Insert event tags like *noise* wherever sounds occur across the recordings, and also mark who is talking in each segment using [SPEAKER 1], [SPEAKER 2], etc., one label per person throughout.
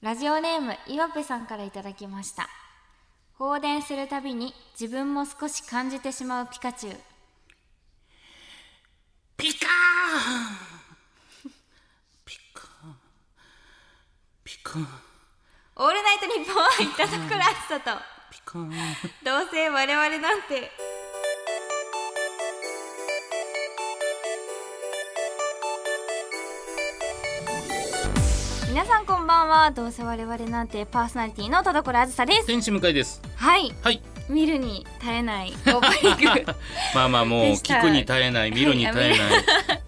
[SPEAKER 1] ラジオネーム岩部さんからいただきました放電するたびに自分も少し感じてしまうピカチュウ
[SPEAKER 2] ピカーンピカーンピカーン
[SPEAKER 1] オールナイトニッポンはいただくらしさと
[SPEAKER 2] ピカーン
[SPEAKER 1] どうせ我々なんて皆さんこんばんはどうせ我々なんてパーソナリティの田所あずさです
[SPEAKER 2] 天使向かいです
[SPEAKER 1] はい *laughs*
[SPEAKER 2] はい
[SPEAKER 1] 見るに耐えないオープニン
[SPEAKER 2] *laughs*
[SPEAKER 1] グ
[SPEAKER 2] まあまあもう
[SPEAKER 1] でした
[SPEAKER 2] 聞くに耐えない見るに耐えない、
[SPEAKER 1] は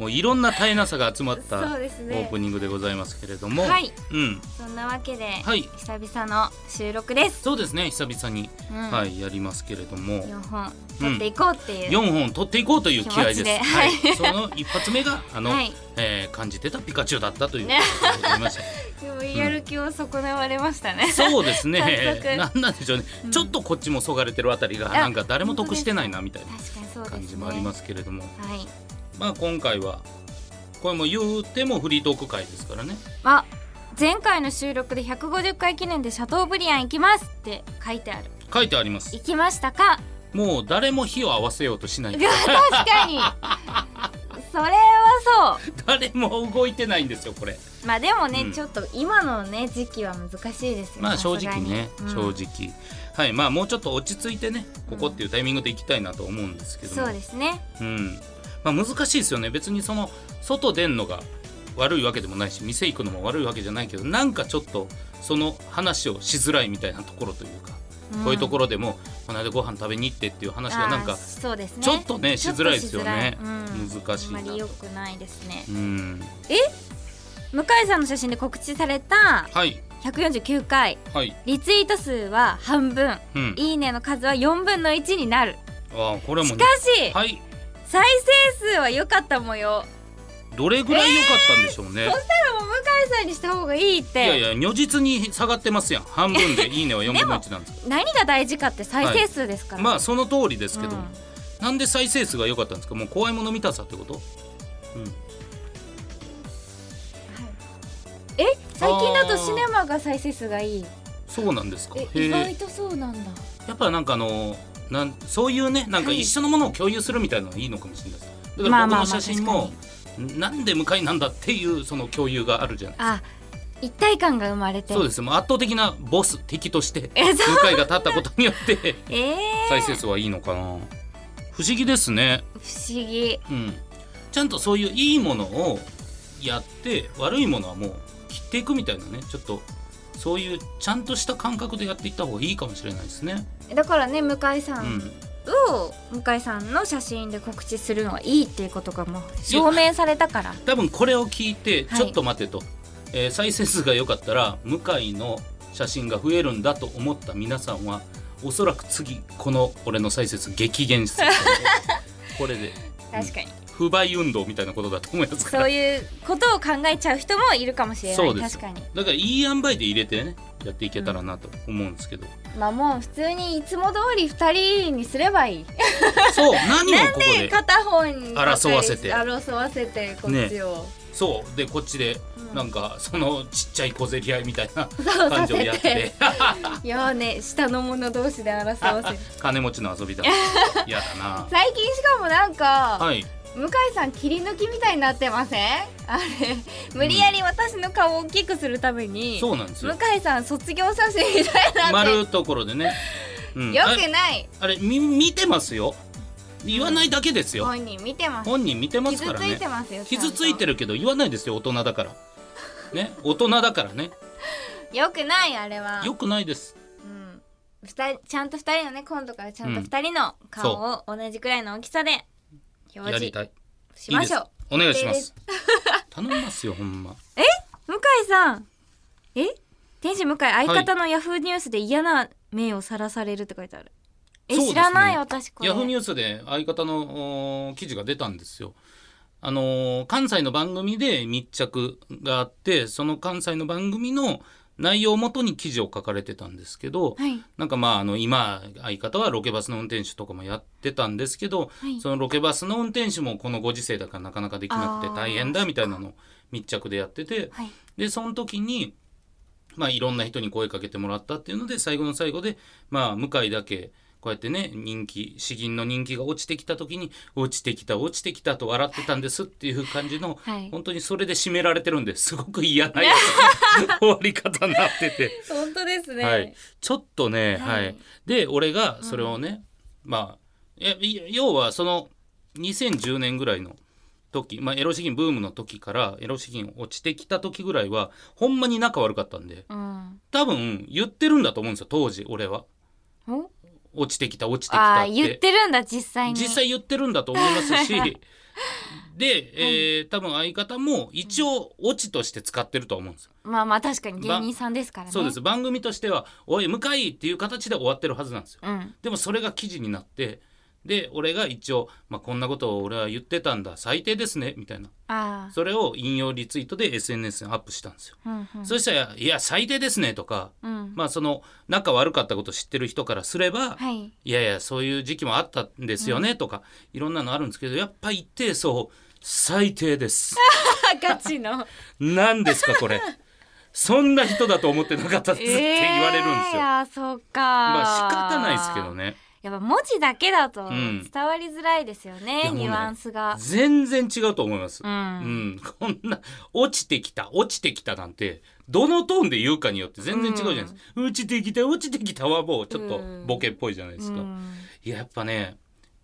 [SPEAKER 2] もういろんな耐えなさが集まった
[SPEAKER 1] そう
[SPEAKER 2] オ
[SPEAKER 1] ですね
[SPEAKER 2] ープニングでございますけれども、
[SPEAKER 1] はい
[SPEAKER 2] うん
[SPEAKER 1] そんなわけで、
[SPEAKER 2] はい
[SPEAKER 1] 久々の収録です、
[SPEAKER 2] そうですね久々に、
[SPEAKER 1] うん
[SPEAKER 2] はいやりますけれども
[SPEAKER 1] 4本撮っていこうっていう、
[SPEAKER 2] 4本取っていこうという気合です
[SPEAKER 1] 気持ちで
[SPEAKER 2] はい
[SPEAKER 1] *laughs* はい
[SPEAKER 2] その一発目があの、
[SPEAKER 1] はい
[SPEAKER 2] えー感じてたピカチュウだっ
[SPEAKER 1] *laughs*
[SPEAKER 2] たというこ
[SPEAKER 1] ね
[SPEAKER 2] とでございました
[SPEAKER 1] でもやる気を損なわれましたね、
[SPEAKER 2] そうです
[SPEAKER 1] 早速
[SPEAKER 2] ねなんなんでしょうね、ちょっとこっちもそがれてるあたりが
[SPEAKER 1] いや
[SPEAKER 2] なんか誰も得してないなみたい
[SPEAKER 1] 確かにそうで
[SPEAKER 2] な
[SPEAKER 1] すね
[SPEAKER 2] 感じもありますけれども、
[SPEAKER 1] はい
[SPEAKER 2] まあ今回はこれも言うてもフリートーク会ですからね
[SPEAKER 1] あ前回の収録で150回記念でシャトーブリアン行きますって書いてある
[SPEAKER 2] 書いてあります
[SPEAKER 1] 行きましたか
[SPEAKER 2] もう誰も火を合わせようとしない
[SPEAKER 1] 確か
[SPEAKER 2] *laughs*
[SPEAKER 1] にそれはそ
[SPEAKER 2] 誰も動いてないんですよこれ
[SPEAKER 1] うまあでもね、
[SPEAKER 2] うん
[SPEAKER 1] ちょっと今のね時期は難しいですよ
[SPEAKER 2] まあ正
[SPEAKER 1] さすが
[SPEAKER 2] 直
[SPEAKER 1] に
[SPEAKER 2] ね、
[SPEAKER 1] うん
[SPEAKER 2] 正直はいまあもうちょっと落ち着いてねここっていうタイミングで行きたいなと思うんですけども
[SPEAKER 1] そうですね
[SPEAKER 2] うんまあ、難しいですよね別にその外出んのが悪いわけでもないし店行くのも悪いわけじゃないけどなんかちょっとその話をしづらいみたいなところというか、こういうと
[SPEAKER 1] ろ
[SPEAKER 2] ころでもこの間ご飯食べに行ってっていう話がなんか
[SPEAKER 1] そうですね
[SPEAKER 2] ちょっとねしづらいですよね
[SPEAKER 1] ちょっとしづらいうん
[SPEAKER 2] 難しいな
[SPEAKER 1] あん
[SPEAKER 2] と
[SPEAKER 1] まり良くないですね
[SPEAKER 2] うん
[SPEAKER 1] 向井さんの写真で告知された
[SPEAKER 2] はい
[SPEAKER 1] 149回
[SPEAKER 2] はい、
[SPEAKER 1] リツイート数は半分
[SPEAKER 2] うん、
[SPEAKER 1] いいねの数は4分の1になる
[SPEAKER 2] ああこれも
[SPEAKER 1] し
[SPEAKER 2] ね
[SPEAKER 1] かし、
[SPEAKER 2] はい
[SPEAKER 1] 再生数は良かった模様
[SPEAKER 2] どれぐらい良かったんでしょうね、
[SPEAKER 1] でも向井さんにした方がいいって
[SPEAKER 2] いやいや如実に下がってますやん半
[SPEAKER 1] *laughs*
[SPEAKER 2] 分で「いいね」は4分の1なんですけ
[SPEAKER 1] 何が大事かって再生数ですか
[SPEAKER 2] ど
[SPEAKER 1] ら、
[SPEAKER 2] まあその通りですけど、
[SPEAKER 1] うん
[SPEAKER 2] なんで再生数が良かったんですかもう怖いもの見たさってこと、うん、
[SPEAKER 1] え最近だとシネマが再生数がいい
[SPEAKER 2] そうなんですか
[SPEAKER 1] え意
[SPEAKER 2] へえ
[SPEAKER 1] 外とそうなんだ
[SPEAKER 2] やっぱなんかあのなんそういうねなんか
[SPEAKER 1] はい
[SPEAKER 2] 一緒のものを共有するみたいなのがいいのかもしれないですだか
[SPEAKER 1] まあ
[SPEAKER 2] ら僕
[SPEAKER 1] まあまあ
[SPEAKER 2] の写真も、なんで向かいなんだっていうその共有があるじゃない
[SPEAKER 1] あ一体感が生まれて
[SPEAKER 2] そうですもう圧倒的なボス敵として
[SPEAKER 1] えそう
[SPEAKER 2] 向井が立ったことによって
[SPEAKER 1] *laughs* え
[SPEAKER 2] 再生数はいいのかな不思議ですね
[SPEAKER 1] ー、不思議
[SPEAKER 2] うんちゃんとそういういいものをやって悪いものはもう切っていくみたいなねちょっとそういうちゃんとした感覚でやっていった方がいいかもしれないですね
[SPEAKER 1] だからね向井さ
[SPEAKER 2] うんん
[SPEAKER 1] を、向井さんの写真で告知するのはいいっていうことがもう証明されたから
[SPEAKER 2] 多分これを聞いて
[SPEAKER 1] はい
[SPEAKER 2] ちょっと待てと、えー再生数が良かったら向井の写真が増えるんだと思った皆さんはおそらく次この俺の再生数激減すると
[SPEAKER 1] *laughs*
[SPEAKER 2] 思うこれで
[SPEAKER 1] 確かに
[SPEAKER 2] 不買運動みたいなことだと思いますか
[SPEAKER 1] そ
[SPEAKER 2] ら
[SPEAKER 1] ういうことを考えちゃう人もいるかもしれな
[SPEAKER 2] そう
[SPEAKER 1] い
[SPEAKER 2] です
[SPEAKER 1] 確かに
[SPEAKER 2] だからいい塩梅で入れてねやっていけたらなと思うんですけど、
[SPEAKER 1] まあもう普通にいつも通り二人にすればいい
[SPEAKER 2] そう何をここで
[SPEAKER 1] 片方に
[SPEAKER 2] 争わせて
[SPEAKER 1] 争わせてこっちを、
[SPEAKER 2] そうでこっちで
[SPEAKER 1] うん
[SPEAKER 2] なんかそのちっちゃい小競り合いみたいな
[SPEAKER 1] *laughs* そうさ
[SPEAKER 2] 感じをや
[SPEAKER 1] せ
[SPEAKER 2] ってて
[SPEAKER 1] いやーね下の者同士で争わせる
[SPEAKER 2] *laughs* 金持ちの遊
[SPEAKER 1] *laughs*
[SPEAKER 2] びだやだな
[SPEAKER 1] 最近しかもなんか、
[SPEAKER 2] はい
[SPEAKER 1] 向井さん切り抜きみたいになってませんあれ無理やり私の顔を大きくするために、
[SPEAKER 2] そうなんですよ
[SPEAKER 1] 向井さん卒業写真みたいにな *laughs* って
[SPEAKER 2] 丸ところでね、うん
[SPEAKER 1] よ
[SPEAKER 2] あ
[SPEAKER 1] くない
[SPEAKER 2] あれみ見てますよ言わないだけですよ、
[SPEAKER 1] 本人見てます
[SPEAKER 2] 本人見てます
[SPEAKER 1] 傷
[SPEAKER 2] から
[SPEAKER 1] つい
[SPEAKER 2] ね
[SPEAKER 1] てますよ
[SPEAKER 2] 傷ついて
[SPEAKER 1] る
[SPEAKER 2] るけど言わないですよ大人だからね大人だからね
[SPEAKER 1] よくないあれは
[SPEAKER 2] よくないです
[SPEAKER 1] うんふたちゃんと二人のね今度からちゃんと二人の顔を同じくらいの大きさで
[SPEAKER 2] や
[SPEAKER 1] 表
[SPEAKER 2] り
[SPEAKER 1] 示
[SPEAKER 2] たい
[SPEAKER 1] しましょう
[SPEAKER 2] いいですお願いします
[SPEAKER 1] *laughs*
[SPEAKER 2] 頼みますよほんま
[SPEAKER 1] 向井さんえ天使向井相方のヤフーニュースで嫌な面をさらされるって書いてある、え、
[SPEAKER 2] そうですね
[SPEAKER 1] 知らない私これ
[SPEAKER 2] ヤフーニュースで相方のおー記事が出たんですよあのー関西の番組で密着があってその関西の番組の内容をもとに記事を書かれてたんですけど、
[SPEAKER 1] はい
[SPEAKER 2] なんかまああの今相方はロケバスの運転手とかもやってたんですけど、
[SPEAKER 1] い
[SPEAKER 2] そのロケバスの運転手もこのご時世だからなかなかできなく
[SPEAKER 1] あー
[SPEAKER 2] て大変だみたいなのを密着でやってて
[SPEAKER 1] はい
[SPEAKER 2] でその時にまあ、いろんな人に声かけてもらったっていうので最後の最後で、まあ、向井だけこうやってね人気詩吟の人気が落ちてきた時に「落ちてきた落ちてきた」と笑ってたんですっていう感じの、
[SPEAKER 1] はい
[SPEAKER 2] 本当にそれで締められてるんですごく嫌な終わり方になってて、
[SPEAKER 1] *laughs* 本当ですね。
[SPEAKER 2] はい、ちょっとね、
[SPEAKER 1] は
[SPEAKER 2] はいい、で俺がそれをね、まあえい要はその2010年ぐらいの時、まあ、エロ詩吟ブームの時からエロ詩吟落ちてきた時ぐらいはほんまに仲悪かったんで。
[SPEAKER 1] うん。
[SPEAKER 2] 多分言ってるんだと思うんですよ当時俺は
[SPEAKER 1] お
[SPEAKER 2] 落ちてきた落ちてきた
[SPEAKER 1] あー
[SPEAKER 2] って
[SPEAKER 1] 言ってるんだ実際に。
[SPEAKER 2] 実際言ってるんだと思いま
[SPEAKER 1] *laughs*
[SPEAKER 2] すしで、えー多分相方も一応落ちとして使ってると思うんですよ、
[SPEAKER 1] まあまあ確かに芸人さんですからね。
[SPEAKER 2] そうです。番組としては「おい向井!」っていう形で終わってるはずなんですよ
[SPEAKER 1] うん。
[SPEAKER 2] でもそれが記事になってで俺が一応、まあ、こんなことを俺は言ってたんだ最低ですねみたいな
[SPEAKER 1] ああ。
[SPEAKER 2] それを引用リツイートで SNS にアップしたんですよ、
[SPEAKER 1] うんうん。
[SPEAKER 2] そしたら「いや最低ですね」とか、
[SPEAKER 1] うん。
[SPEAKER 2] まあその仲悪かったこと知ってる人からすれば、
[SPEAKER 1] はい。
[SPEAKER 2] いやいやそういう時期もあったんですよねとか、いろんなのあるんですけどやっぱ一定層最低です
[SPEAKER 1] *laughs* ガチ
[SPEAKER 2] *laughs*
[SPEAKER 1] の。
[SPEAKER 2] 何ですかこれそんな人だと思ってなかったですって言われるんです
[SPEAKER 1] *laughs* えーい
[SPEAKER 2] よ、
[SPEAKER 1] やそうか。
[SPEAKER 2] まあ仕方ないですけど。ね
[SPEAKER 1] やっぱ文字だけだと
[SPEAKER 2] ん
[SPEAKER 1] 伝わりづらいですよね、
[SPEAKER 2] いやもうね
[SPEAKER 1] ニュアンスが。
[SPEAKER 2] 全然違うと思います、
[SPEAKER 1] う。
[SPEAKER 2] うんんこんな落ちてきた落ちてきたなんてどのトーンで言うかによって全然違うじゃないですか、落ちてきた落ちてきたはもうちょっと
[SPEAKER 1] うん
[SPEAKER 2] ボケっぽいじゃないで
[SPEAKER 1] う
[SPEAKER 2] すか、
[SPEAKER 1] ん。
[SPEAKER 2] いややっぱね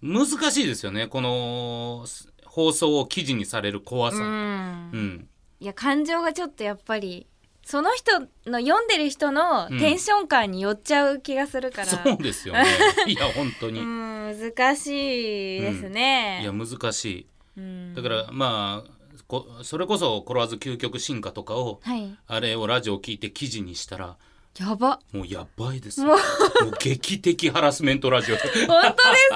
[SPEAKER 2] 難しいですよねこのす放送を記事にされる怖
[SPEAKER 1] う
[SPEAKER 2] さ、
[SPEAKER 1] ん
[SPEAKER 2] うん、
[SPEAKER 1] いや感情がちょっとやっぱりその人の読んでる人の
[SPEAKER 2] うん
[SPEAKER 1] テンション感によっちゃう気がするから、
[SPEAKER 2] そうですよ
[SPEAKER 1] *laughs*
[SPEAKER 2] ねいや本当に、
[SPEAKER 1] う
[SPEAKER 2] い
[SPEAKER 1] ん難しいですね。
[SPEAKER 2] や難し
[SPEAKER 1] うん
[SPEAKER 2] いだからまあこそれこそ「コロワーズ究極進化」とかを
[SPEAKER 1] はい
[SPEAKER 2] あれをラジオ聞いて記事にしたら
[SPEAKER 1] やば
[SPEAKER 2] もうやばいですよもう劇的ハラスメントラジオ
[SPEAKER 1] 本当で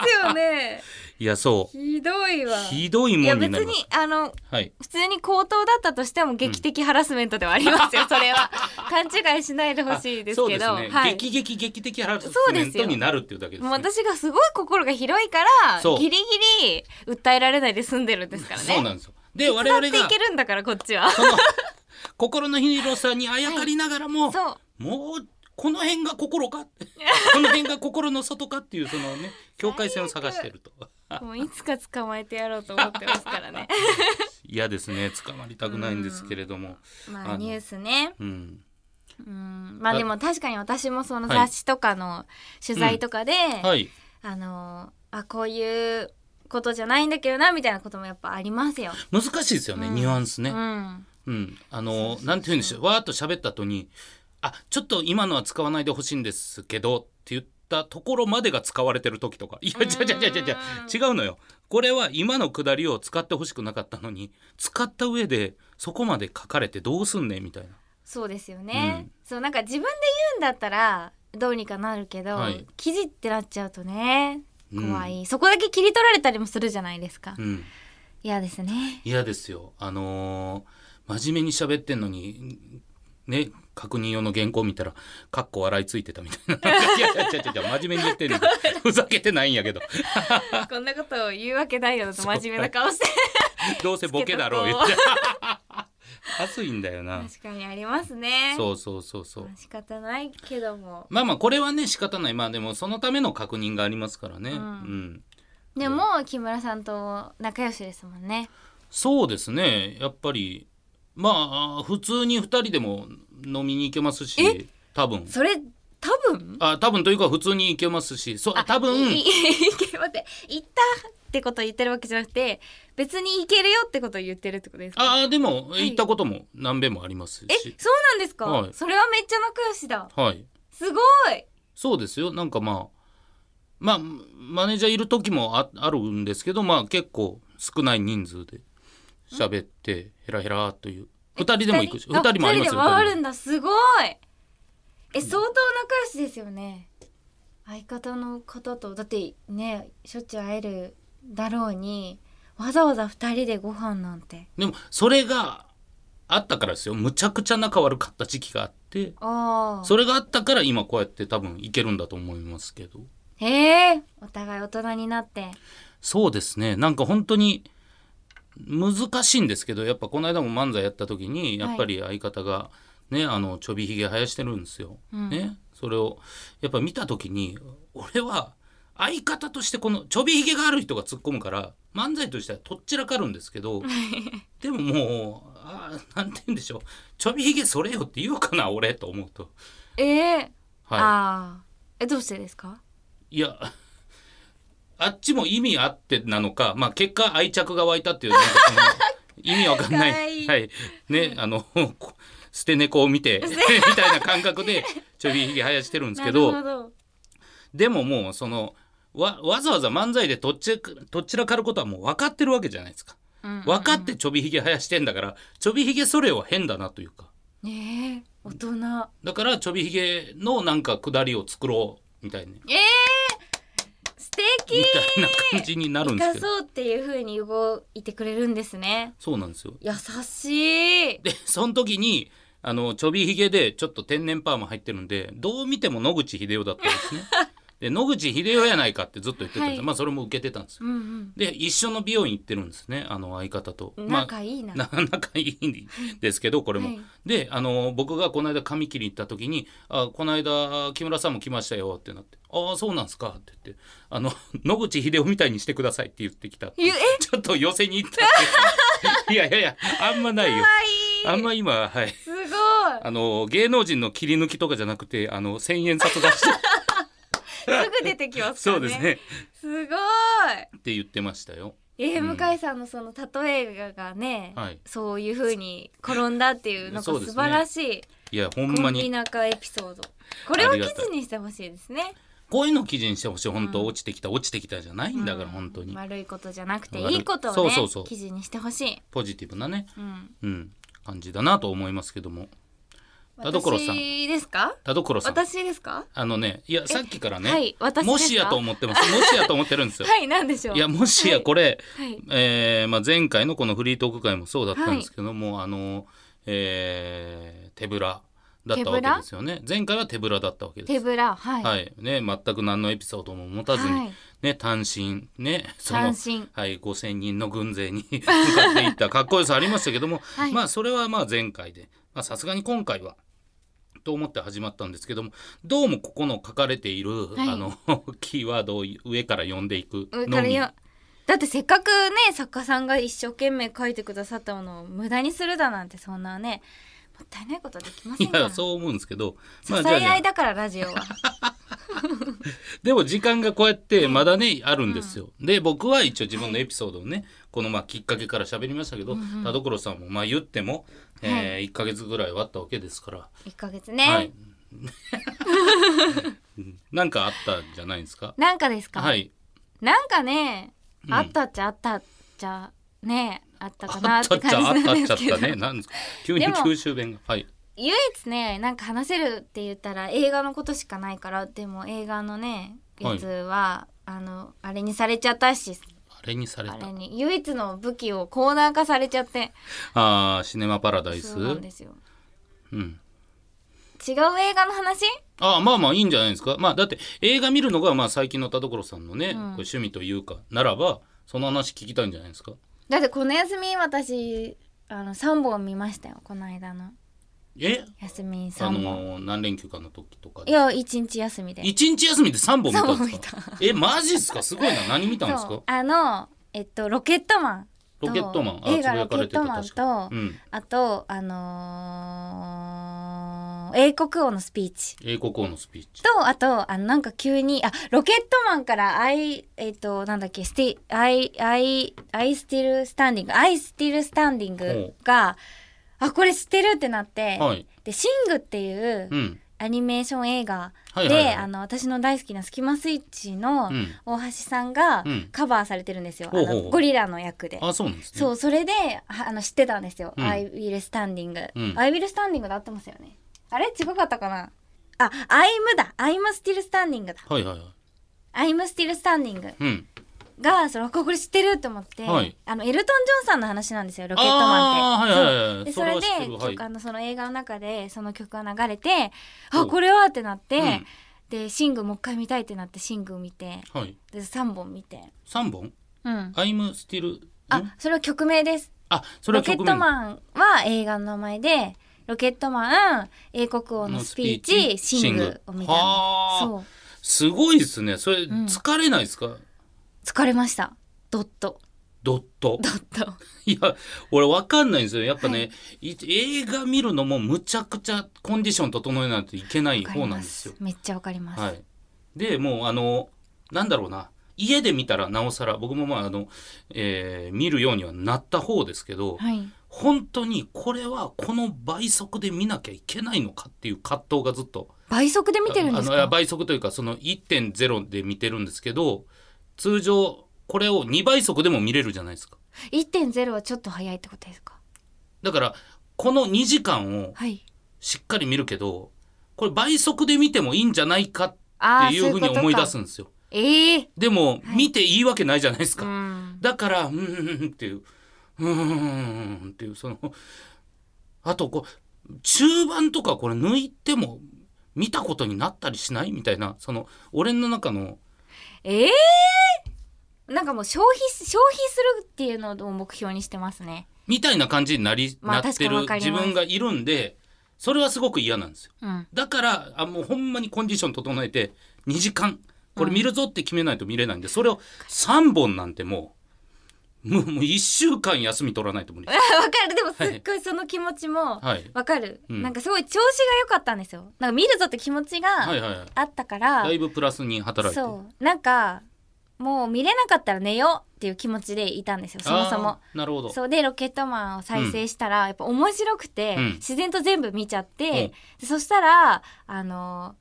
[SPEAKER 1] すよね *laughs*
[SPEAKER 2] いやそ
[SPEAKER 1] ひどいうわ。
[SPEAKER 2] ひどい
[SPEAKER 1] い
[SPEAKER 2] も
[SPEAKER 1] や
[SPEAKER 2] んに
[SPEAKER 1] 別
[SPEAKER 2] なります
[SPEAKER 1] にあの
[SPEAKER 2] はい
[SPEAKER 1] 普通に口頭だったとしても劇的ハラスメントではあります
[SPEAKER 2] *laughs*
[SPEAKER 1] よ、それは勘違いしないでほしいですけど
[SPEAKER 2] あそうですね、
[SPEAKER 1] はい、
[SPEAKER 2] 劇劇劇的ハラス
[SPEAKER 1] そう
[SPEAKER 2] メ
[SPEAKER 1] で
[SPEAKER 2] ン
[SPEAKER 1] すよ
[SPEAKER 2] トになるっていうだけです、
[SPEAKER 1] も
[SPEAKER 2] ね、
[SPEAKER 1] う私がすごい心が広いから
[SPEAKER 2] そう
[SPEAKER 1] ギリギリ訴えられないで済んでるんですからね
[SPEAKER 2] そうなんですよで我
[SPEAKER 1] だっ
[SPEAKER 2] 々
[SPEAKER 1] てい
[SPEAKER 2] が
[SPEAKER 1] けるんだからこっちは
[SPEAKER 2] この心の広さにあやかりながらも、
[SPEAKER 1] そう
[SPEAKER 2] もうこの辺が心
[SPEAKER 1] *laughs*
[SPEAKER 2] かこの辺が心の外かっていうそのね境界線を探してると
[SPEAKER 1] もういつか捕まえてやろうと思ってますから
[SPEAKER 2] *laughs*
[SPEAKER 1] ね
[SPEAKER 2] 嫌ですね捕まりたくないんですけれどもあ
[SPEAKER 1] まあ
[SPEAKER 2] の
[SPEAKER 1] ニュースね
[SPEAKER 2] うん、
[SPEAKER 1] うんまあ
[SPEAKER 2] だ
[SPEAKER 1] でも確かに私もその
[SPEAKER 2] はい
[SPEAKER 1] 雑誌とかの取材とかで、
[SPEAKER 2] はい
[SPEAKER 1] あのあこういうことじゃないんだけどなみたいなこともやっぱありますよ、
[SPEAKER 2] 難しいですよね、
[SPEAKER 1] うん
[SPEAKER 2] ニュアンスね、
[SPEAKER 1] う
[SPEAKER 2] うん
[SPEAKER 1] ん
[SPEAKER 2] あのなんて言うんでしょうわーっと喋った後にあちょっと今のは使わないでほしいんですけどって言ったところまでが使われてる時とかいや
[SPEAKER 1] うん
[SPEAKER 2] 違う違う違う違う違うのよこれは今のくだりを使ってほしくなかったのに使った上でそこまで書かれてどうすんねんみたいな
[SPEAKER 1] そうですよね、
[SPEAKER 2] うん
[SPEAKER 1] そうなんか自分で言うんだったらどうにかなるけど、
[SPEAKER 2] はい
[SPEAKER 1] 記事ってなっちゃうとね
[SPEAKER 2] うん
[SPEAKER 1] 怖い、そこだけ切り取られたりもするじゃないですか
[SPEAKER 2] うん
[SPEAKER 1] 嫌、です
[SPEAKER 2] *laughs*
[SPEAKER 1] ね
[SPEAKER 2] 嫌ですよあのー真面目に喋ってんのにね確認用の原稿見たらカッコ笑いついてたみたいな *laughs* いやいやいやいやいや真面目に言ってんのにふざけてないんやけど
[SPEAKER 1] こんなことを言うわけないよと真面目な顔して
[SPEAKER 2] *laughs* どうせボケだろう言 *laughs* って恥ずいんだよな
[SPEAKER 1] 確かにありますね
[SPEAKER 2] そうそうそうそう
[SPEAKER 1] まあ仕方ないけども
[SPEAKER 2] まあまあこれはね仕方ないまあでもそのための確認がありますからね
[SPEAKER 1] う
[SPEAKER 2] うんん、
[SPEAKER 1] でも木村さんと仲良しですもんね
[SPEAKER 2] そうですねやっぱりまあ普通に2人でも飲みに行けますし多分
[SPEAKER 1] それ多分
[SPEAKER 2] あ多分というか普通に行けますしそう多
[SPEAKER 1] いい
[SPEAKER 2] 分
[SPEAKER 1] いけ待って行ったってことを言ってるわけじゃなくて別に行けるよってことを言ってるってことですか
[SPEAKER 2] ああでも
[SPEAKER 1] い
[SPEAKER 2] 行ったことも何べんもあります
[SPEAKER 1] え
[SPEAKER 2] し、
[SPEAKER 1] そうなんですか、
[SPEAKER 2] はい
[SPEAKER 1] それはめっちゃ仲良しだ
[SPEAKER 2] はい
[SPEAKER 1] すごい
[SPEAKER 2] そうですよなんかまあまあマネージャーいる時もああるんですけどまあ結構少ない人数で喋ってヘラヘラという2人でも行くし2人もありますよ
[SPEAKER 1] 2人で回る
[SPEAKER 2] 二人
[SPEAKER 1] んだすごいえ相当仲良しですよね相方の方とだってねしょっちゅう会えるだろうにわざわざ2人でご飯なんて
[SPEAKER 2] でもそれがあったからですよむちゃくちゃ仲悪かった時期があって
[SPEAKER 1] ああ
[SPEAKER 2] それがあったから今こうやって多分行けるんだと思いますけど
[SPEAKER 1] へえお互い大人になって
[SPEAKER 2] そうですねなんか本当に難しいんですけどやっぱこの間も漫才やった時にやっぱり相方が、ね、あのちょびひげ生やしてるんですよ。
[SPEAKER 1] うん
[SPEAKER 2] ね、それをやっぱ見た時に俺は相方としてこのちょびひげがある人が突っ込むから漫才としてはとっちらかるんですけどでももうあーなんて言うんでしょうちょびひげそれよって言うかな俺と思うと。
[SPEAKER 1] *laughs* えー、
[SPEAKER 2] は
[SPEAKER 1] ああえどうしてですか
[SPEAKER 2] い、いやあっちも意味あってなのか、まあ、結果愛着が湧いたっていうなんか
[SPEAKER 1] *laughs*
[SPEAKER 2] その意味わかんない
[SPEAKER 1] かわいい
[SPEAKER 2] はいね、あの *laughs* こ捨て猫を見て *laughs* みたいな感覚でちょびひげ生やしてるんですけど
[SPEAKER 1] なるほど
[SPEAKER 2] でももうそのわわざわざ漫才でとっちらとっちらかることはもう分かってるわけじゃないですか
[SPEAKER 1] うんうん
[SPEAKER 2] 分かってちょびひげ生やしてんだからちょびひげそれは変だなというか
[SPEAKER 1] えー、大人
[SPEAKER 2] だからちょびひげのなんか下りを作ろうみたいな、ね、
[SPEAKER 1] えー、素敵
[SPEAKER 2] みたいな感じになるんです
[SPEAKER 1] 痛
[SPEAKER 2] けど
[SPEAKER 1] そうっていう風に動いてくれるんですね
[SPEAKER 2] そうなんですよ
[SPEAKER 1] 優しい
[SPEAKER 2] で *laughs* その時にあのちょびひげでちょっと天然パーマ入ってるんでどう見ても野口英世だったんで
[SPEAKER 1] *laughs*
[SPEAKER 2] すねで野口英世やないかってずっと言ってたんです、
[SPEAKER 1] はい
[SPEAKER 2] まあそれも受けてたんですよ
[SPEAKER 1] うんうん
[SPEAKER 2] で一緒の美容院行ってるんですねあの相方とまあ
[SPEAKER 1] 仲いいな、
[SPEAKER 2] な *laughs* 仲いいんですけどこれも。
[SPEAKER 1] はい
[SPEAKER 2] であの僕がこの間髪切り行った時に「あこの間木村さんも来ましたよ」ってなって「ああそうなんすか」って言ってあの *laughs* 「野口英世みたいにしてください」って言ってきたって
[SPEAKER 1] ええ
[SPEAKER 2] ちょっと寄せに行っ
[SPEAKER 1] *laughs*
[SPEAKER 2] たっていういやいやいやあんまないよ
[SPEAKER 1] 可。
[SPEAKER 2] あ
[SPEAKER 1] 愛い
[SPEAKER 2] んま今はい
[SPEAKER 1] すごい
[SPEAKER 2] あの芸能人の切り抜きとかじゃなくてあの千円札出して
[SPEAKER 1] *laughs* すぐ出てきますか
[SPEAKER 2] *laughs* そ
[SPEAKER 1] ら
[SPEAKER 2] う
[SPEAKER 1] ね
[SPEAKER 2] ですね
[SPEAKER 1] すごい
[SPEAKER 2] って言ってましたよ。
[SPEAKER 1] えー
[SPEAKER 2] うん
[SPEAKER 1] 向井さんのその例えがね、
[SPEAKER 2] はい
[SPEAKER 1] そういう風に転んだっていうなんか
[SPEAKER 2] そうで
[SPEAKER 1] 素
[SPEAKER 2] すね
[SPEAKER 1] 晴らしい、
[SPEAKER 2] いやほん
[SPEAKER 1] コ
[SPEAKER 2] ま
[SPEAKER 1] ンビ
[SPEAKER 2] に
[SPEAKER 1] 仲エピソードこれを
[SPEAKER 2] ありが
[SPEAKER 1] 記
[SPEAKER 2] たい
[SPEAKER 1] 事にしてほしいですね
[SPEAKER 2] こういうの記事にしてほしい本当、
[SPEAKER 1] うん
[SPEAKER 2] 落ちてきた落ちてきたじゃないんだから、
[SPEAKER 1] うん
[SPEAKER 2] 本当に
[SPEAKER 1] 悪いことじゃなくて
[SPEAKER 2] 悪い
[SPEAKER 1] いいことをね
[SPEAKER 2] そうそうそう
[SPEAKER 1] 記事にしてほしい、
[SPEAKER 2] ポジティブなね
[SPEAKER 1] うん、
[SPEAKER 2] うん、感じだなと思いますけども田所さん
[SPEAKER 1] 私ですか
[SPEAKER 2] 田所さん
[SPEAKER 1] 私ですか
[SPEAKER 2] あのねいやさっきからね、
[SPEAKER 1] はい私ですか
[SPEAKER 2] もしやと思ってますもしやと思ってるんですよ、
[SPEAKER 1] はいなんでしょう
[SPEAKER 2] い、やもしやこれ、
[SPEAKER 1] はい、
[SPEAKER 2] えーまあ、前回のこのフリートーク会もそうだったんですけども、あの、えー手ぶらだったわけですよね前回は手ぶらだったわけです
[SPEAKER 1] 手ぶらはい、
[SPEAKER 2] はいね、全く何のエピソードも持たずに、
[SPEAKER 1] はい
[SPEAKER 2] ね、単身ねそ
[SPEAKER 1] 単
[SPEAKER 2] の
[SPEAKER 1] 身
[SPEAKER 2] はい、5,000人の軍勢に *laughs* 向かっていったかっこよさありましたけども、
[SPEAKER 1] はい
[SPEAKER 2] まあそれはまあ前回でまあさすがに今回はと思って始まったんですけどもどうもここの書かれている、
[SPEAKER 1] はい
[SPEAKER 2] あの *laughs* キーワードを上から読んでいく
[SPEAKER 1] 上か
[SPEAKER 2] の
[SPEAKER 1] ら
[SPEAKER 2] み
[SPEAKER 1] よだってせっかくね作家さんが一生懸命書いてくださったものを無駄にするだなんてそんなねもったいないことできませ
[SPEAKER 2] い
[SPEAKER 1] んから
[SPEAKER 2] やそう思うんですけど、
[SPEAKER 1] 支
[SPEAKER 2] じゃあ
[SPEAKER 1] え
[SPEAKER 2] じゃ
[SPEAKER 1] 合
[SPEAKER 2] あ
[SPEAKER 1] いだからラジオは
[SPEAKER 2] でも時間がこうやってまだねあるんですよ。で僕は一応自分のエピソードをね、このまあきっかけから喋りましたけど、
[SPEAKER 1] うんうん
[SPEAKER 2] 田所さんもまあ言っても、え
[SPEAKER 1] は
[SPEAKER 2] 1か月ぐらいはあったわけですから、
[SPEAKER 1] 一ヶ月ね、
[SPEAKER 2] はい。なんかあったんじゃないですか。
[SPEAKER 1] なんかですか、
[SPEAKER 2] はい。
[SPEAKER 1] なんかね、
[SPEAKER 2] うん
[SPEAKER 1] あったっちゃあったっちゃねあったか
[SPEAKER 2] あ
[SPEAKER 1] な
[SPEAKER 2] っ
[SPEAKER 1] ったて
[SPEAKER 2] っちゃあ
[SPEAKER 1] 感
[SPEAKER 2] っ
[SPEAKER 1] じな
[SPEAKER 2] たっ
[SPEAKER 1] ん
[SPEAKER 2] ち
[SPEAKER 1] で
[SPEAKER 2] ゃ
[SPEAKER 1] す
[SPEAKER 2] っ
[SPEAKER 1] けど
[SPEAKER 2] たね。なんですか急に
[SPEAKER 1] でも
[SPEAKER 2] 九州弁がはい。
[SPEAKER 1] *laughs* 唯一ねなんか話せるって言ったら映画のことしかないからでも映画のねやつは、あのあれにされちゃったし
[SPEAKER 2] あれにされた
[SPEAKER 1] あ。れに唯一の武器をコーナー化されちゃって
[SPEAKER 2] ああシネマパラダイス。
[SPEAKER 1] そうなんですよ
[SPEAKER 2] うん。
[SPEAKER 1] 違う映画の話
[SPEAKER 2] ああまあまあいいんじゃないですか。まあだって映画見るのがまあ最近の田所さんのね、こう趣味というかならばその話聞きたいんじゃないですか。
[SPEAKER 1] だってこの休み私あの3本見ましたよこの間の
[SPEAKER 2] え？
[SPEAKER 1] 休み3
[SPEAKER 2] あ
[SPEAKER 1] 本、
[SPEAKER 2] のー何連休かの時とか
[SPEAKER 1] い。や1日休みで
[SPEAKER 2] 一日休みで三本見たんです
[SPEAKER 1] 三
[SPEAKER 2] か。えマジですかすごいな何見たんです
[SPEAKER 1] そう
[SPEAKER 2] か。
[SPEAKER 1] あのえっとロケットマンと
[SPEAKER 2] ロケットマンあ
[SPEAKER 1] 映画
[SPEAKER 2] つぶや
[SPEAKER 1] ロケ
[SPEAKER 2] かれ
[SPEAKER 1] ッ
[SPEAKER 2] てた
[SPEAKER 1] トマン
[SPEAKER 2] 確
[SPEAKER 1] と、
[SPEAKER 2] うん。
[SPEAKER 1] あとあのー英国王のスピーチ
[SPEAKER 2] 英国王のスピーチ。
[SPEAKER 1] とあとあのなんか急にあロケットマンからアイえっとなんだっけスティアイアイアイスティルスタンディングアイスティルスタンディングがあこれ知ってるってなって、
[SPEAKER 2] はい。
[SPEAKER 1] でシングっていう
[SPEAKER 2] うん。
[SPEAKER 1] アニメーション映画
[SPEAKER 2] はいはいはい
[SPEAKER 1] であの私の大好きなスキマスイッチの
[SPEAKER 2] うん
[SPEAKER 1] 大橋さんが
[SPEAKER 2] うん
[SPEAKER 1] カバーされてるんですよ、
[SPEAKER 2] ほう
[SPEAKER 1] あ
[SPEAKER 2] ほうほう
[SPEAKER 1] のゴリラの役で。
[SPEAKER 2] あそうなんですね。
[SPEAKER 1] そうそれではあの知ってたんですよ「
[SPEAKER 2] うん
[SPEAKER 1] I will standing」
[SPEAKER 2] うん
[SPEAKER 1] I will standing」で合ってますよねあれ違かったかなあ「I'm」だ「I'm still standing」だ
[SPEAKER 2] はいはいは
[SPEAKER 1] 「
[SPEAKER 2] い。
[SPEAKER 1] I'm still standing
[SPEAKER 2] うん。」
[SPEAKER 1] がそのこれ知ってると思って、
[SPEAKER 2] はい
[SPEAKER 1] あのエルトン・ジョンさんの話なんですよロケットマンって。
[SPEAKER 2] あーはいはいはい
[SPEAKER 1] そうで
[SPEAKER 2] そ
[SPEAKER 1] そ
[SPEAKER 2] れは
[SPEAKER 1] れ
[SPEAKER 2] 知
[SPEAKER 1] で
[SPEAKER 2] ってるはい
[SPEAKER 1] 曲あのその映画の中でその曲が流れて
[SPEAKER 2] お
[SPEAKER 1] あこれはってなって、
[SPEAKER 2] うん
[SPEAKER 1] でシングもう一回見たいってなってシング見て
[SPEAKER 2] はい。
[SPEAKER 1] で3本見て、
[SPEAKER 2] 三本。
[SPEAKER 1] うん、
[SPEAKER 2] I'm still ん。
[SPEAKER 1] あそれは曲名です
[SPEAKER 2] あ、それ
[SPEAKER 1] ロ
[SPEAKER 2] は
[SPEAKER 1] ケッ
[SPEAKER 2] 曲
[SPEAKER 1] ト
[SPEAKER 2] 名。
[SPEAKER 1] マンは映画の名前でロケットマン英国王のスピーチ
[SPEAKER 2] スピーチ
[SPEAKER 1] シングを見た
[SPEAKER 2] はあ
[SPEAKER 1] のそう
[SPEAKER 2] すごいですね。それ、
[SPEAKER 1] ん
[SPEAKER 2] 疲れないですか、
[SPEAKER 1] 疲れましたドット
[SPEAKER 2] ドット。 *laughs*
[SPEAKER 1] ドット
[SPEAKER 2] いや、俺わかんないんですよ。やっぱね、
[SPEAKER 1] はい
[SPEAKER 2] 映画見るのもむちゃくちゃコンディション整えないといけない
[SPEAKER 1] わかり
[SPEAKER 2] 方なん
[SPEAKER 1] ま
[SPEAKER 2] ですよ。
[SPEAKER 1] めっちゃわかります、
[SPEAKER 2] はい。で、もうあの、なんだろうな。家で見たらなおさら、僕もまああの、えー見るようにはなった方ですけど、
[SPEAKER 1] はい
[SPEAKER 2] 本当にこれはこの倍速で見なきゃいけないのかっていう葛藤がずっと
[SPEAKER 1] 倍速で見てるんです
[SPEAKER 2] あの
[SPEAKER 1] か
[SPEAKER 2] 倍速というかその1.0で見てるんですけど通常これを2倍速でも見れるじゃないですか
[SPEAKER 1] 1.0はちょっと早いってことですか
[SPEAKER 2] だからこの2時間を
[SPEAKER 1] はい
[SPEAKER 2] しっかり見るけどこれ倍速で見てもいいんじゃないかっ
[SPEAKER 1] あ
[SPEAKER 2] ていうふうに思い出す
[SPEAKER 1] ん
[SPEAKER 2] んですよ
[SPEAKER 1] ええ
[SPEAKER 2] でも、
[SPEAKER 1] はい
[SPEAKER 2] 見ていいわけないじゃないですか、
[SPEAKER 1] うん
[SPEAKER 2] だからうーんっていううーんっていうそのあとこう中盤とかこれ抜いても見たことになったりしないみたいなその俺の中の
[SPEAKER 1] ええなんかもう消費す消費するっていうのを目標にしてますね
[SPEAKER 2] みたいな感じになり、
[SPEAKER 1] まあ
[SPEAKER 2] なってる
[SPEAKER 1] 確かにわかります
[SPEAKER 2] 自分がいるんで、それはすごく嫌なんですよ。
[SPEAKER 1] うん *laughs*
[SPEAKER 2] だから、あもうほんまにコンディション整えて、2時間、これ見るぞって決めないと見れないんで、それを3本なんてもう、もうもう1週間休み取らないと無理です。
[SPEAKER 1] わかるでもすっごいその気持ちも
[SPEAKER 2] はい。
[SPEAKER 1] わかる、
[SPEAKER 2] うん
[SPEAKER 1] なんかすごい調子が良かったんですよなんか見るぞって気持ち
[SPEAKER 2] はい
[SPEAKER 1] が
[SPEAKER 2] はいはい。
[SPEAKER 1] あったから、
[SPEAKER 2] だいぶプラスに働いて。
[SPEAKER 1] そうなんかもう見れなかったら寝ようっていう気持ちでいたんですよそもそも
[SPEAKER 2] あ。ー。なるほど。
[SPEAKER 1] そうでロケットマンを再生したら、やっぱ面白くて、
[SPEAKER 2] うん
[SPEAKER 1] 自然と全部見ちゃって、
[SPEAKER 2] うん
[SPEAKER 1] でそしたらあの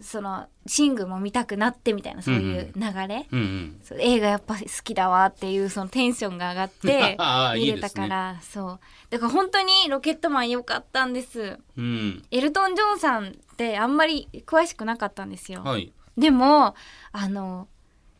[SPEAKER 1] そのシングも見たくなってみたいなそういう流れ、
[SPEAKER 2] うんうん。
[SPEAKER 1] そう映画やっぱ好きだわっていうそのテンションが上がって
[SPEAKER 2] *laughs* ああ、い
[SPEAKER 1] 見
[SPEAKER 2] い
[SPEAKER 1] れ
[SPEAKER 2] で
[SPEAKER 1] た
[SPEAKER 2] す
[SPEAKER 1] か
[SPEAKER 2] ね。
[SPEAKER 1] らそうだから本当にロケットマン良かったんです
[SPEAKER 2] うん。
[SPEAKER 1] エルトン・ジョンさんってあんまり詳しくなかったんですよ、
[SPEAKER 2] はい。
[SPEAKER 1] でもあの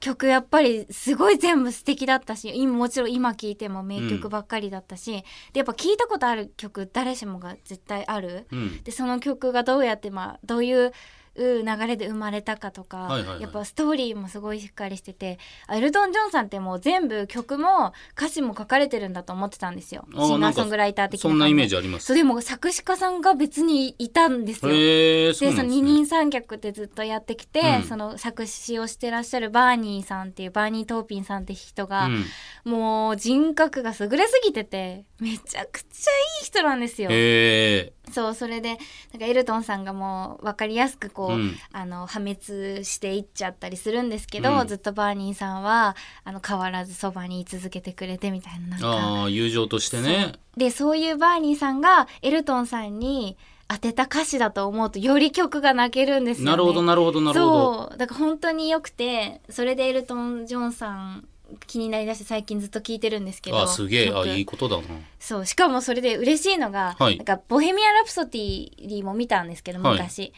[SPEAKER 1] 曲やっぱりすごい全部素敵だったし今もちろん今聴いても名曲ばっかりだったし、でやっぱ聴いたことある曲誰しもが絶対ある
[SPEAKER 2] うん。
[SPEAKER 1] でその曲がどうやって、まあ、どういううん流れで生まれたかとか、
[SPEAKER 2] はいはいはい
[SPEAKER 1] やっぱストーリーもすごいしっかりしててあエルトン・ジョンさんってもう全部曲も歌詞も書かれてるんだと思ってたんですよ
[SPEAKER 2] あー
[SPEAKER 1] シンガーソングライター的な
[SPEAKER 2] そんなイメー
[SPEAKER 1] ジ
[SPEAKER 2] ジあります。
[SPEAKER 1] そうでも作詞家さんが別にいたんですよ
[SPEAKER 2] へえ、そう
[SPEAKER 1] で
[SPEAKER 2] な
[SPEAKER 1] そ
[SPEAKER 2] ん
[SPEAKER 1] の
[SPEAKER 2] で
[SPEAKER 1] 二
[SPEAKER 2] すね。
[SPEAKER 1] 人三脚でずっとやってきて、
[SPEAKER 2] うん
[SPEAKER 1] その作詞をしてらっしゃるバーニーさんっていうバーニー・トーピンさんって人が、
[SPEAKER 2] うん
[SPEAKER 1] もう人格が優れすぎててめちゃくちゃいい人なんですよ。
[SPEAKER 2] へえ。
[SPEAKER 1] そうそれでなんかエルトンさんがもう分かりやすくこう、
[SPEAKER 2] うん
[SPEAKER 1] あの破滅していっちゃったりするんですけど、
[SPEAKER 2] うん
[SPEAKER 1] ずっとバーニーさんはあの変わらずそばに居続けてくれてみたいななんか
[SPEAKER 2] ああ、友情としてね。
[SPEAKER 1] でそういうバーニーさんがエルトンさんに当てた歌詞だと思うとより曲が泣けるんですよね。
[SPEAKER 2] なるほどなるほどなるほど。
[SPEAKER 1] そうだから本当に良くてそれでエルトン・ジョンさん気になりだして最近ずっと聞いてるんですけど
[SPEAKER 2] あすげえあ
[SPEAKER 1] 曲
[SPEAKER 2] いいことだな。
[SPEAKER 1] そうしかもそれで嬉しいのが、
[SPEAKER 2] はい
[SPEAKER 1] なんかボヘミアン・ラプソディも見たんですけど
[SPEAKER 2] はい
[SPEAKER 1] 昔、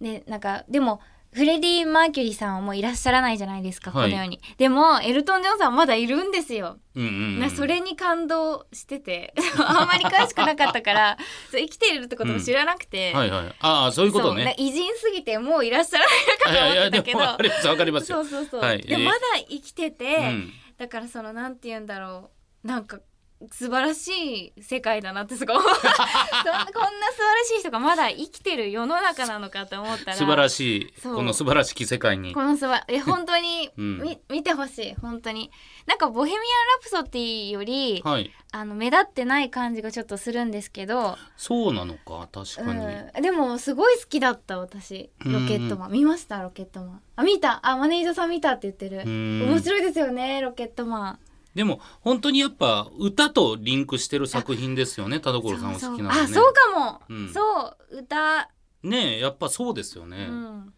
[SPEAKER 1] でなんかでもフレディ・マーキュリーさんはもういらっしゃらないじゃないですか、
[SPEAKER 2] はい
[SPEAKER 1] このようにでもエルトン・ジョンさんはまだいるんですよ、
[SPEAKER 2] うんうん、う。
[SPEAKER 1] なんそれに感動してて *laughs* あんまり詳しくなかった
[SPEAKER 2] *laughs*
[SPEAKER 1] からそう生きているってことも知らなくて、
[SPEAKER 2] はいはい。ああそういうこと
[SPEAKER 1] そうな
[SPEAKER 2] ね。
[SPEAKER 1] 偉人すぎてもういらっしゃら
[SPEAKER 2] いやい
[SPEAKER 1] ないのかと思ってた
[SPEAKER 2] やで
[SPEAKER 1] けど
[SPEAKER 2] もわかりますわかります
[SPEAKER 1] そ
[SPEAKER 2] よ。
[SPEAKER 1] うそうそう、
[SPEAKER 2] はい
[SPEAKER 1] で
[SPEAKER 2] えー
[SPEAKER 1] まだ生きてて、
[SPEAKER 2] うん。
[SPEAKER 1] だからそのなんて言うんだろうなんか素晴らしい世界だなってすごいそん
[SPEAKER 2] *laughs*
[SPEAKER 1] なこんな素晴らしい人がまだ生きてる世の中なのかと思ったら
[SPEAKER 2] 素晴らしい
[SPEAKER 1] そう
[SPEAKER 2] この素晴らしき世界に
[SPEAKER 1] こ。のすばえ本当に、
[SPEAKER 2] うん
[SPEAKER 1] み見てほしい本当になんか「ボヘミアン・ラプソディ」より、
[SPEAKER 2] はい。
[SPEAKER 1] あの目立ってない感じがちょっとするんですけど、
[SPEAKER 2] そうなのか確かに。
[SPEAKER 1] うん、でもすごい好きだった私ロケットマン見ましたロケットマンあ見たあマネージャーさん見たって言ってる
[SPEAKER 2] うん
[SPEAKER 1] 面白いですよねロケットマン
[SPEAKER 2] でも本当にやっぱ歌とリンクしてる作品ですよね田所さんお
[SPEAKER 1] そう
[SPEAKER 2] 好き
[SPEAKER 1] そう
[SPEAKER 2] なのね。
[SPEAKER 1] あそうかも、
[SPEAKER 2] うん
[SPEAKER 1] そう歌、
[SPEAKER 2] ねえやっぱそうですよね。
[SPEAKER 1] うん、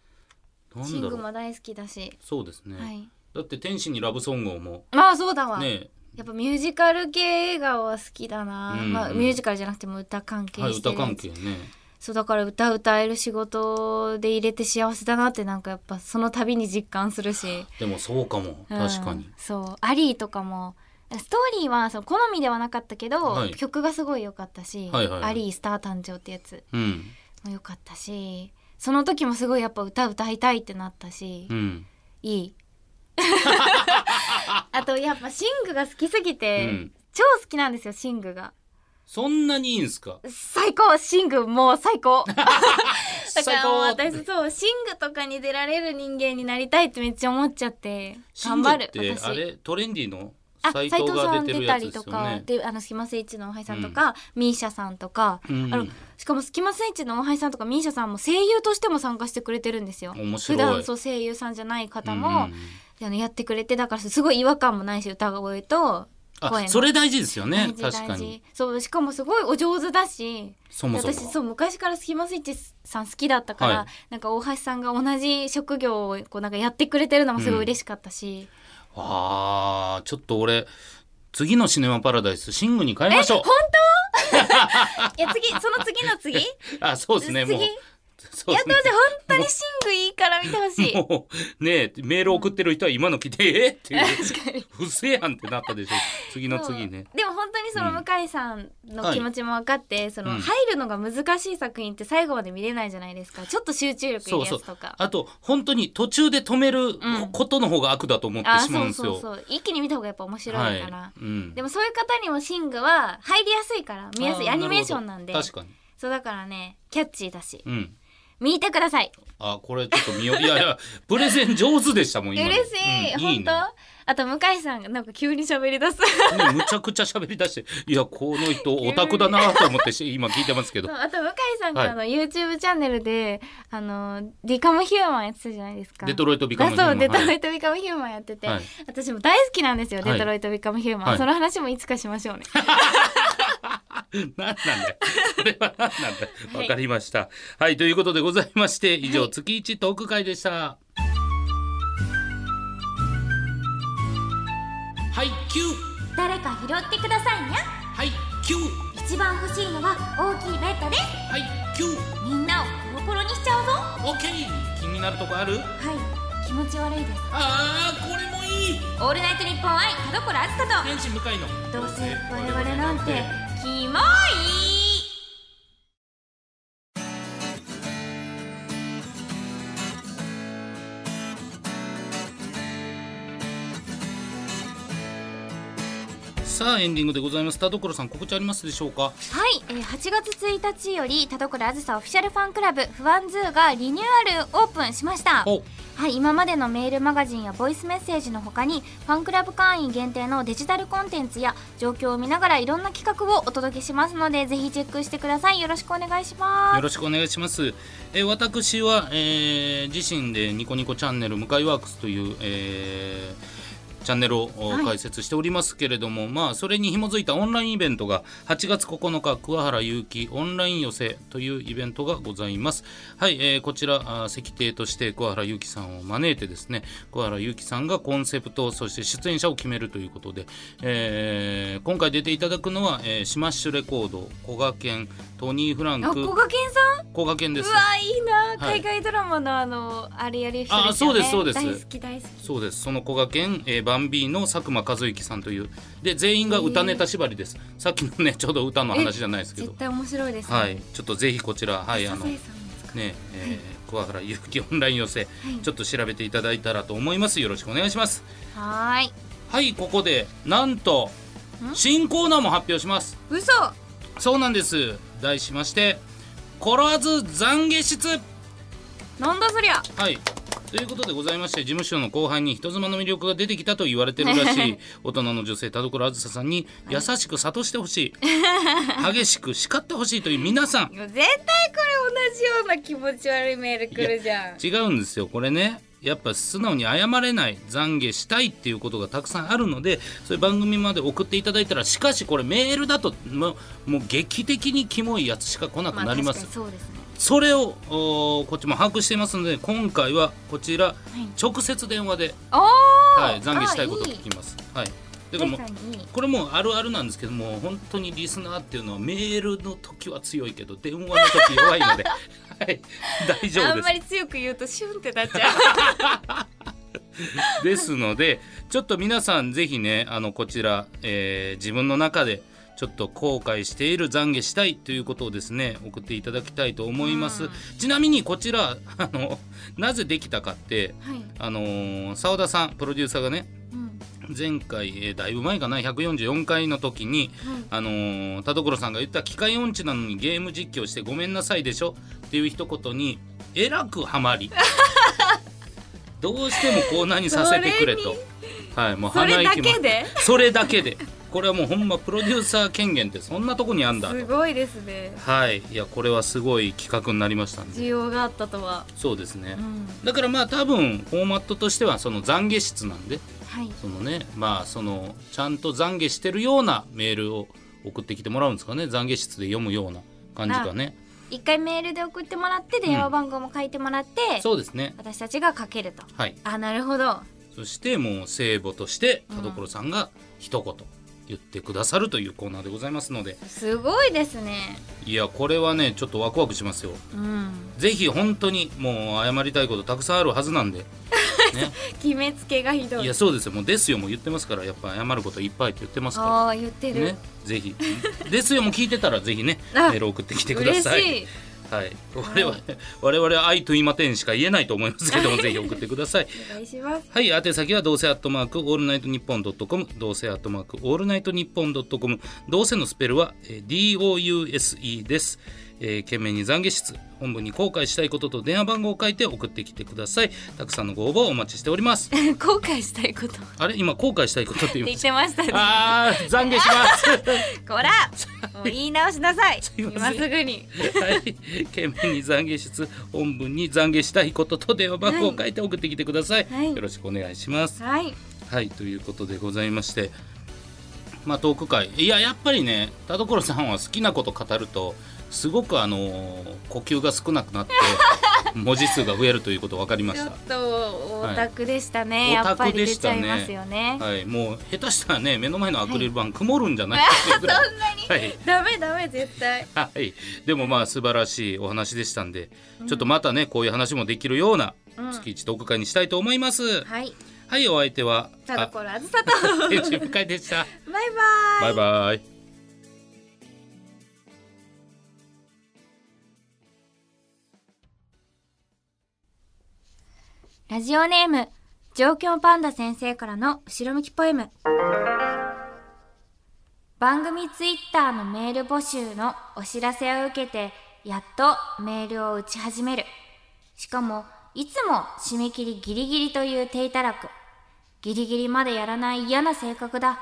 [SPEAKER 2] な
[SPEAKER 1] シ
[SPEAKER 2] ん
[SPEAKER 1] ン
[SPEAKER 2] だ
[SPEAKER 1] グ
[SPEAKER 2] ろう。
[SPEAKER 1] も大好きだし、
[SPEAKER 2] そうですね。
[SPEAKER 1] はい
[SPEAKER 2] だって天使にラブソングをも
[SPEAKER 1] まあそうだわ、
[SPEAKER 2] ね
[SPEAKER 1] やっぱミュージカル系映画は好きだな、
[SPEAKER 2] うん
[SPEAKER 1] まあ、ミュージカルじゃなくても歌関係
[SPEAKER 2] え、はい、
[SPEAKER 1] して
[SPEAKER 2] 歌
[SPEAKER 1] るやつ、
[SPEAKER 2] 関係ね。
[SPEAKER 1] そうだから歌歌える仕事で入れて幸せだなってなんかやっぱその度に実感するし、
[SPEAKER 2] でもそうかも
[SPEAKER 1] うん
[SPEAKER 2] 確かに。
[SPEAKER 1] そうアリーとかもストーリーはその好みではなかったけど、
[SPEAKER 2] はい
[SPEAKER 1] 曲がすごい良かったし、
[SPEAKER 2] はいはいはい
[SPEAKER 1] アリースター誕生ってやつ
[SPEAKER 2] うん
[SPEAKER 1] も良かったしその時もすごいやっぱ歌歌いたいってなったし、
[SPEAKER 2] うん。
[SPEAKER 1] い
[SPEAKER 2] *laughs*
[SPEAKER 1] いあとやっぱシングが好きすぎて、
[SPEAKER 2] うん
[SPEAKER 1] 超好きなんですよシングが
[SPEAKER 2] そんなにいいんすか
[SPEAKER 1] 最高シングもう最
[SPEAKER 2] *laughs*
[SPEAKER 1] 高だか
[SPEAKER 2] 最
[SPEAKER 1] らもう
[SPEAKER 2] 高
[SPEAKER 1] 私そうシングとかに出られる人間になりたいってめっちゃ思っちゃって
[SPEAKER 2] シ
[SPEAKER 1] 頑
[SPEAKER 2] ング
[SPEAKER 1] 張
[SPEAKER 2] っ
[SPEAKER 1] る
[SPEAKER 2] て
[SPEAKER 1] 私
[SPEAKER 2] あれトレンディの
[SPEAKER 1] あ
[SPEAKER 2] 斎
[SPEAKER 1] 斉
[SPEAKER 2] 藤
[SPEAKER 1] さ
[SPEAKER 2] が
[SPEAKER 1] ん
[SPEAKER 2] 出てる
[SPEAKER 1] 出
[SPEAKER 2] や
[SPEAKER 1] た
[SPEAKER 2] つで
[SPEAKER 1] り
[SPEAKER 2] す
[SPEAKER 1] と
[SPEAKER 2] よ
[SPEAKER 1] か
[SPEAKER 2] ね。
[SPEAKER 1] であのスキマスイッチの大橋さんとか、ミーシャさんとか、
[SPEAKER 2] うん
[SPEAKER 1] あのしかもスキマスイッチの大橋さんとかミーシャさんも声優としても参加してくれてるんですよ
[SPEAKER 2] 面
[SPEAKER 1] 普
[SPEAKER 2] 白い
[SPEAKER 1] 段そう声優さんじゃない方も
[SPEAKER 2] うん、
[SPEAKER 1] あのやってくれてだからすごい違和感もないし歌声と声
[SPEAKER 2] あ
[SPEAKER 1] の
[SPEAKER 2] それ大事ですよね
[SPEAKER 1] 大事
[SPEAKER 2] 確かに
[SPEAKER 1] そうしかもすごいお上手だし
[SPEAKER 2] そもそも
[SPEAKER 1] 私そう昔からスキマスイッチさん好きだったから、
[SPEAKER 2] はい
[SPEAKER 1] なんか大橋さんが同じ職業をこうなんかやってくれてるのもすごい嬉しかったし、
[SPEAKER 2] あーちょっと俺次のシネマパラダイスシングに変えましょう
[SPEAKER 1] *laughs* いや次その次の次
[SPEAKER 2] あそうですねもう
[SPEAKER 1] 次
[SPEAKER 2] そ
[SPEAKER 1] い
[SPEAKER 2] うで
[SPEAKER 1] や
[SPEAKER 2] す
[SPEAKER 1] どう
[SPEAKER 2] ね
[SPEAKER 1] せ本当にシングいいから見てほしい。
[SPEAKER 2] もうねえメール送ってる人は今の来てえーっていう *laughs*
[SPEAKER 1] 確かに
[SPEAKER 2] 不正やんってなったでしょ次の次ね
[SPEAKER 1] そうでも本当にその向井さんの気持ちも分かって、その
[SPEAKER 2] うん
[SPEAKER 1] 入るのが難しい作品って最後まで見れないじゃないですかちょっと集中力いるやつとか
[SPEAKER 2] あと本当に途中で止める
[SPEAKER 1] ん
[SPEAKER 2] ことの方が悪だと思って
[SPEAKER 1] あ
[SPEAKER 2] しまうん
[SPEAKER 1] そ
[SPEAKER 2] で
[SPEAKER 1] う
[SPEAKER 2] す
[SPEAKER 1] そ
[SPEAKER 2] よ、
[SPEAKER 1] うそう一気に見た方がやっぱ面
[SPEAKER 2] は
[SPEAKER 1] 白い
[SPEAKER 2] い
[SPEAKER 1] から、
[SPEAKER 2] うん
[SPEAKER 1] でもそういう方にもシングは入りやすいから見やすい
[SPEAKER 2] あー
[SPEAKER 1] アニメーションなんで
[SPEAKER 2] るほど確かに
[SPEAKER 1] そうだからねキャッチーだし
[SPEAKER 2] うん
[SPEAKER 1] 見てください
[SPEAKER 2] あこれちょっと見よういやいやプレゼン上手でしたもん今
[SPEAKER 1] 嬉
[SPEAKER 2] の
[SPEAKER 1] しい、
[SPEAKER 2] うんい
[SPEAKER 1] 本
[SPEAKER 2] ね
[SPEAKER 1] 当あと向井さんがなんか急に喋り出す
[SPEAKER 2] ねむちゃくちゃ喋り出していやこの人オタクだなと思ってし今聞いてますけど
[SPEAKER 1] そうあと向井さんがあの YouTube チャンネルで、あのディカムヒューマンやってたじゃないですか
[SPEAKER 2] デトロイトビカ
[SPEAKER 1] あ
[SPEAKER 2] ムヒュー
[SPEAKER 1] そ
[SPEAKER 2] マ
[SPEAKER 1] う
[SPEAKER 2] ン
[SPEAKER 1] デトロ
[SPEAKER 2] はい
[SPEAKER 1] イトビカムヒューマンやってて、
[SPEAKER 2] はい
[SPEAKER 1] 私も大好きなんですよ、
[SPEAKER 2] はい
[SPEAKER 1] デトロイトビカムヒューマン、
[SPEAKER 2] はい
[SPEAKER 1] その話もいつかしましょうね
[SPEAKER 2] *laughs* 何なんだよそれは何
[SPEAKER 1] *laughs*
[SPEAKER 2] なんだよわ、かりましたはいということでございまして以上、
[SPEAKER 1] はい
[SPEAKER 2] 月一トーク会でしたはいキュー
[SPEAKER 1] 誰か拾ってくださいね
[SPEAKER 2] はいキュー
[SPEAKER 1] 一番欲しいのは大きいベッドです
[SPEAKER 2] はいキュー
[SPEAKER 1] みんなをコロコロにしちゃうぞは
[SPEAKER 2] オッケー気になるとこある
[SPEAKER 1] い気持ち悪いです
[SPEAKER 2] あーこれもいい
[SPEAKER 1] オールナイトニッポン愛田所あずさ
[SPEAKER 2] 天使向かいの
[SPEAKER 1] とどうせ我々なんてキモい
[SPEAKER 2] さあエンディングでございます田所さん告知ありますでしょうか
[SPEAKER 1] はい、えー、8月1日より田所あずさオフィシャルファンクラブフワンズーがリニューアルオープンしました
[SPEAKER 2] お
[SPEAKER 1] はい、今までのメールマガジンやボイスメッセージの他にファンクラブ会員限定のデジタルコンテンツや状況を見ながらいろんな企画をお届けしますのでぜひチェックしてくださいよろしくお願いしま
[SPEAKER 2] よろしくお願いします。えー私は、えー自身でニコニコチャンネル向かいワークスという、えーチャンネルをお
[SPEAKER 1] はい
[SPEAKER 2] 開設しておりますけれども、まあそれに紐づいたオンラインイベントが8月9日桑原祐希オンライン寄せというイベントがございます。はい、えーこちらあー席亭として桑原祐希さんを招いてですね、桑原祐希さんがコンセプトそして出演者を決めるということで、えー今回出ていただくのは、えーシマッシュレコードこがけんトニー・フラン
[SPEAKER 1] すあ、
[SPEAKER 2] ク
[SPEAKER 1] こがけんさん
[SPEAKER 2] こがけんです
[SPEAKER 1] うわいいな
[SPEAKER 2] はい
[SPEAKER 1] 海外ドラマのあのあれやる人
[SPEAKER 2] あ
[SPEAKER 1] ですよね
[SPEAKER 2] そうですそう
[SPEAKER 1] 大
[SPEAKER 2] です
[SPEAKER 1] 好き大好き
[SPEAKER 2] そうですそのこがけん、えーバンビーの佐久間一行さんというで全員が歌ネタ縛りです、さっきのね *laughs* ちょうど歌の話じゃないですけど
[SPEAKER 1] 絶対面白いですね
[SPEAKER 2] はいちょっとぜひこちらはいあ
[SPEAKER 1] 笹
[SPEAKER 2] の
[SPEAKER 1] 井
[SPEAKER 2] ね
[SPEAKER 1] さんですか
[SPEAKER 2] えー桑原ゆうきオンライン寄せ、ちょっと調べていただいたらと思いますよろしくお願いします
[SPEAKER 1] はーい
[SPEAKER 2] はいここでなんと新コーナーも発表します
[SPEAKER 1] 嘘
[SPEAKER 2] そうなんです題しまして「コロアズ懺悔室」
[SPEAKER 1] なんだそりゃ
[SPEAKER 2] はい。ということでございまして事務所の後輩に人妻の魅力が出てきたと言われてるらし
[SPEAKER 1] *laughs*
[SPEAKER 2] い大人の女性田所あずささんに優しく諭してほしい激しく叱ってほしいという皆さん
[SPEAKER 1] 絶対これ同じような気持ち悪いメール来るじゃん
[SPEAKER 2] 違うんですよこれねやっぱ素直に謝れない懺悔したいっていうことがたくさんあるのでそういう番組まで送っていただいたらしかしこれメールだともうもう劇的にキモいやつしか来なくなりま
[SPEAKER 1] あ、確
[SPEAKER 2] す
[SPEAKER 1] かにそうですね
[SPEAKER 2] それをおーこっちも把握していますので今回はこちら
[SPEAKER 1] い
[SPEAKER 2] 直接電話で
[SPEAKER 1] おお、
[SPEAKER 2] はい、懺悔したいことを
[SPEAKER 1] あ
[SPEAKER 2] 聞きます。はい、
[SPEAKER 1] い
[SPEAKER 2] だからもう
[SPEAKER 1] 確かにいい
[SPEAKER 2] これもうあるあるなんですけども本当にリスナーっていうのはメールの時は強いけど電話の時弱いの
[SPEAKER 1] *laughs*
[SPEAKER 2] で、はい、大丈
[SPEAKER 1] あ
[SPEAKER 2] 夫
[SPEAKER 1] ん
[SPEAKER 2] で。
[SPEAKER 1] ますり強く言うとシュンってなっちゃう
[SPEAKER 2] *laughs* ですのでちょっと皆さんぜひねあのこちら、えー自分の中でちょっと後悔している懺悔したいということをですね送っていただきたいと思います。
[SPEAKER 1] うん
[SPEAKER 2] ちなみにこちらあのなぜできたかって
[SPEAKER 1] はい、
[SPEAKER 2] あのー澤田さんプロデューサーがね
[SPEAKER 1] うん、
[SPEAKER 2] 前回、えーだいぶ前かな144回の時に、あのー田所さんが言った「機械音痴なのにゲーム実況してごめんなさいでしょ」っていう一言にえらく
[SPEAKER 1] *laughs*
[SPEAKER 2] ハマりどうしてもコーナーにさせてくれと。はい、もう
[SPEAKER 1] そ
[SPEAKER 2] 鼻
[SPEAKER 1] れだ
[SPEAKER 2] 息も
[SPEAKER 1] けで
[SPEAKER 2] それだけでこれはもうほんまプロデューサー権限ってそんなとこにあんだ
[SPEAKER 1] す
[SPEAKER 2] と
[SPEAKER 1] ごいですね
[SPEAKER 2] はいいやこれはすごい企画になりましたん
[SPEAKER 1] 需
[SPEAKER 2] で
[SPEAKER 1] 要があったとは、
[SPEAKER 2] そうですね、
[SPEAKER 1] うん、
[SPEAKER 2] だからまあ多分フォーマットとしてはその懺悔室なんで
[SPEAKER 1] はい
[SPEAKER 2] そのねまあそのちゃんと懺悔してるようなメールを送ってきてもらうんですかね懺悔室で読むような感じかね
[SPEAKER 1] 一回メールで送ってもらって電話番号も書いてもらって、
[SPEAKER 2] そうですね
[SPEAKER 1] 私たちがかけると
[SPEAKER 2] はい
[SPEAKER 1] あなるほど
[SPEAKER 2] そしてもう聖母として田所さんが一言言ってくださるというコーナーでございますのです
[SPEAKER 1] ごいですね
[SPEAKER 2] いやこれはねちょっとワクワクしますよ
[SPEAKER 1] うん
[SPEAKER 2] ぜひ本当にもう謝りたいことたくさんあるは
[SPEAKER 1] *laughs*
[SPEAKER 2] ずなんで、
[SPEAKER 1] 決めつけがひど
[SPEAKER 2] ね、い
[SPEAKER 1] い
[SPEAKER 2] やそうですよもう「ですよ」も言ってますからやっぱ謝ることいっぱいって言ってますか
[SPEAKER 1] ああ言って
[SPEAKER 2] ら
[SPEAKER 1] る、
[SPEAKER 2] ねぜひ「ですよ」も聞いてたらぜひねメ
[SPEAKER 1] あ
[SPEAKER 2] ール送ってきてくだ
[SPEAKER 1] 嬉
[SPEAKER 2] さい
[SPEAKER 1] しい
[SPEAKER 2] はい、我々我々は「愛と言いまてん」しか言えないと思います
[SPEAKER 1] *laughs*
[SPEAKER 2] けどもぜひ送ってください
[SPEAKER 1] お願いします
[SPEAKER 2] はい、宛先はどうせアットマークオールナイトニッポンドットコム、どうせアットマークオールナイトニッポンドットコム、どうせのスペルは、えー DOUSE です。えー、懸命に懺悔室、本部に後悔したいことと電話番号を書いて送ってきてください。たくさんのご応募をお待ちしており
[SPEAKER 1] *laughs*
[SPEAKER 2] ます。
[SPEAKER 1] 後悔したいことって
[SPEAKER 2] あれ今後悔したいことって言いま
[SPEAKER 1] 言っ
[SPEAKER 2] した。
[SPEAKER 1] てましたね
[SPEAKER 2] あー、懺悔します。
[SPEAKER 1] こらもう言い直しなさい
[SPEAKER 2] いません
[SPEAKER 1] 今すぐに
[SPEAKER 2] はい、懸命に懺悔室、本部に懺悔したいことと電話番号を書いて送ってきてください。
[SPEAKER 1] はい
[SPEAKER 2] よろしくお願いします。
[SPEAKER 1] はい
[SPEAKER 2] はいということでございましてまあトーク会いややっぱりね田所さんは好きなこと語るとすごくあのー呼吸が少なくな *laughs* って文字数が増えるということ分かりま
[SPEAKER 1] ちょ
[SPEAKER 2] し
[SPEAKER 1] っとオタクでしたね、
[SPEAKER 2] はい
[SPEAKER 1] やっぱり
[SPEAKER 2] オタクで
[SPEAKER 1] 出
[SPEAKER 2] し
[SPEAKER 1] ち
[SPEAKER 2] た
[SPEAKER 1] ゃ
[SPEAKER 2] ね
[SPEAKER 1] いますよね
[SPEAKER 2] た、はい、もう下手したらね目の前のアクリル板曇るんじゃないかっていうぐらい、
[SPEAKER 1] そんなに、
[SPEAKER 2] はい
[SPEAKER 1] ダメダメ絶対
[SPEAKER 2] はい、でもまあ素晴らしいお話でしたんで、ちょっとまたねこういう話もできるような
[SPEAKER 1] うん
[SPEAKER 2] 月一トーク会にしたいと思います、はい、
[SPEAKER 1] はい
[SPEAKER 2] お相手は
[SPEAKER 1] 田
[SPEAKER 2] あ *laughs*
[SPEAKER 1] 所あずさとバイ
[SPEAKER 2] 天使深いでした
[SPEAKER 1] バイ
[SPEAKER 2] バイバイ
[SPEAKER 1] ラジオネーム状況パンダ先生からの後ろ向きポエム番組ツイッターのメール募集のお知らせを受けてやっとメールを打ち始めるしかもいつも締め切りギリギリという手いたらくギリギリまでやらない嫌な性格だ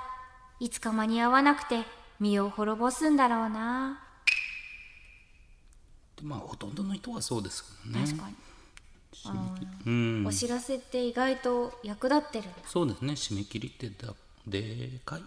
[SPEAKER 1] いつか間に合わなくて身を滅ぼすんだろうな
[SPEAKER 2] まあほとんどの人はそうですけどね
[SPEAKER 1] 確かに、
[SPEAKER 2] うん
[SPEAKER 1] お知らせって意外と役立ってるんだ
[SPEAKER 2] そうですね締め切りってだでかい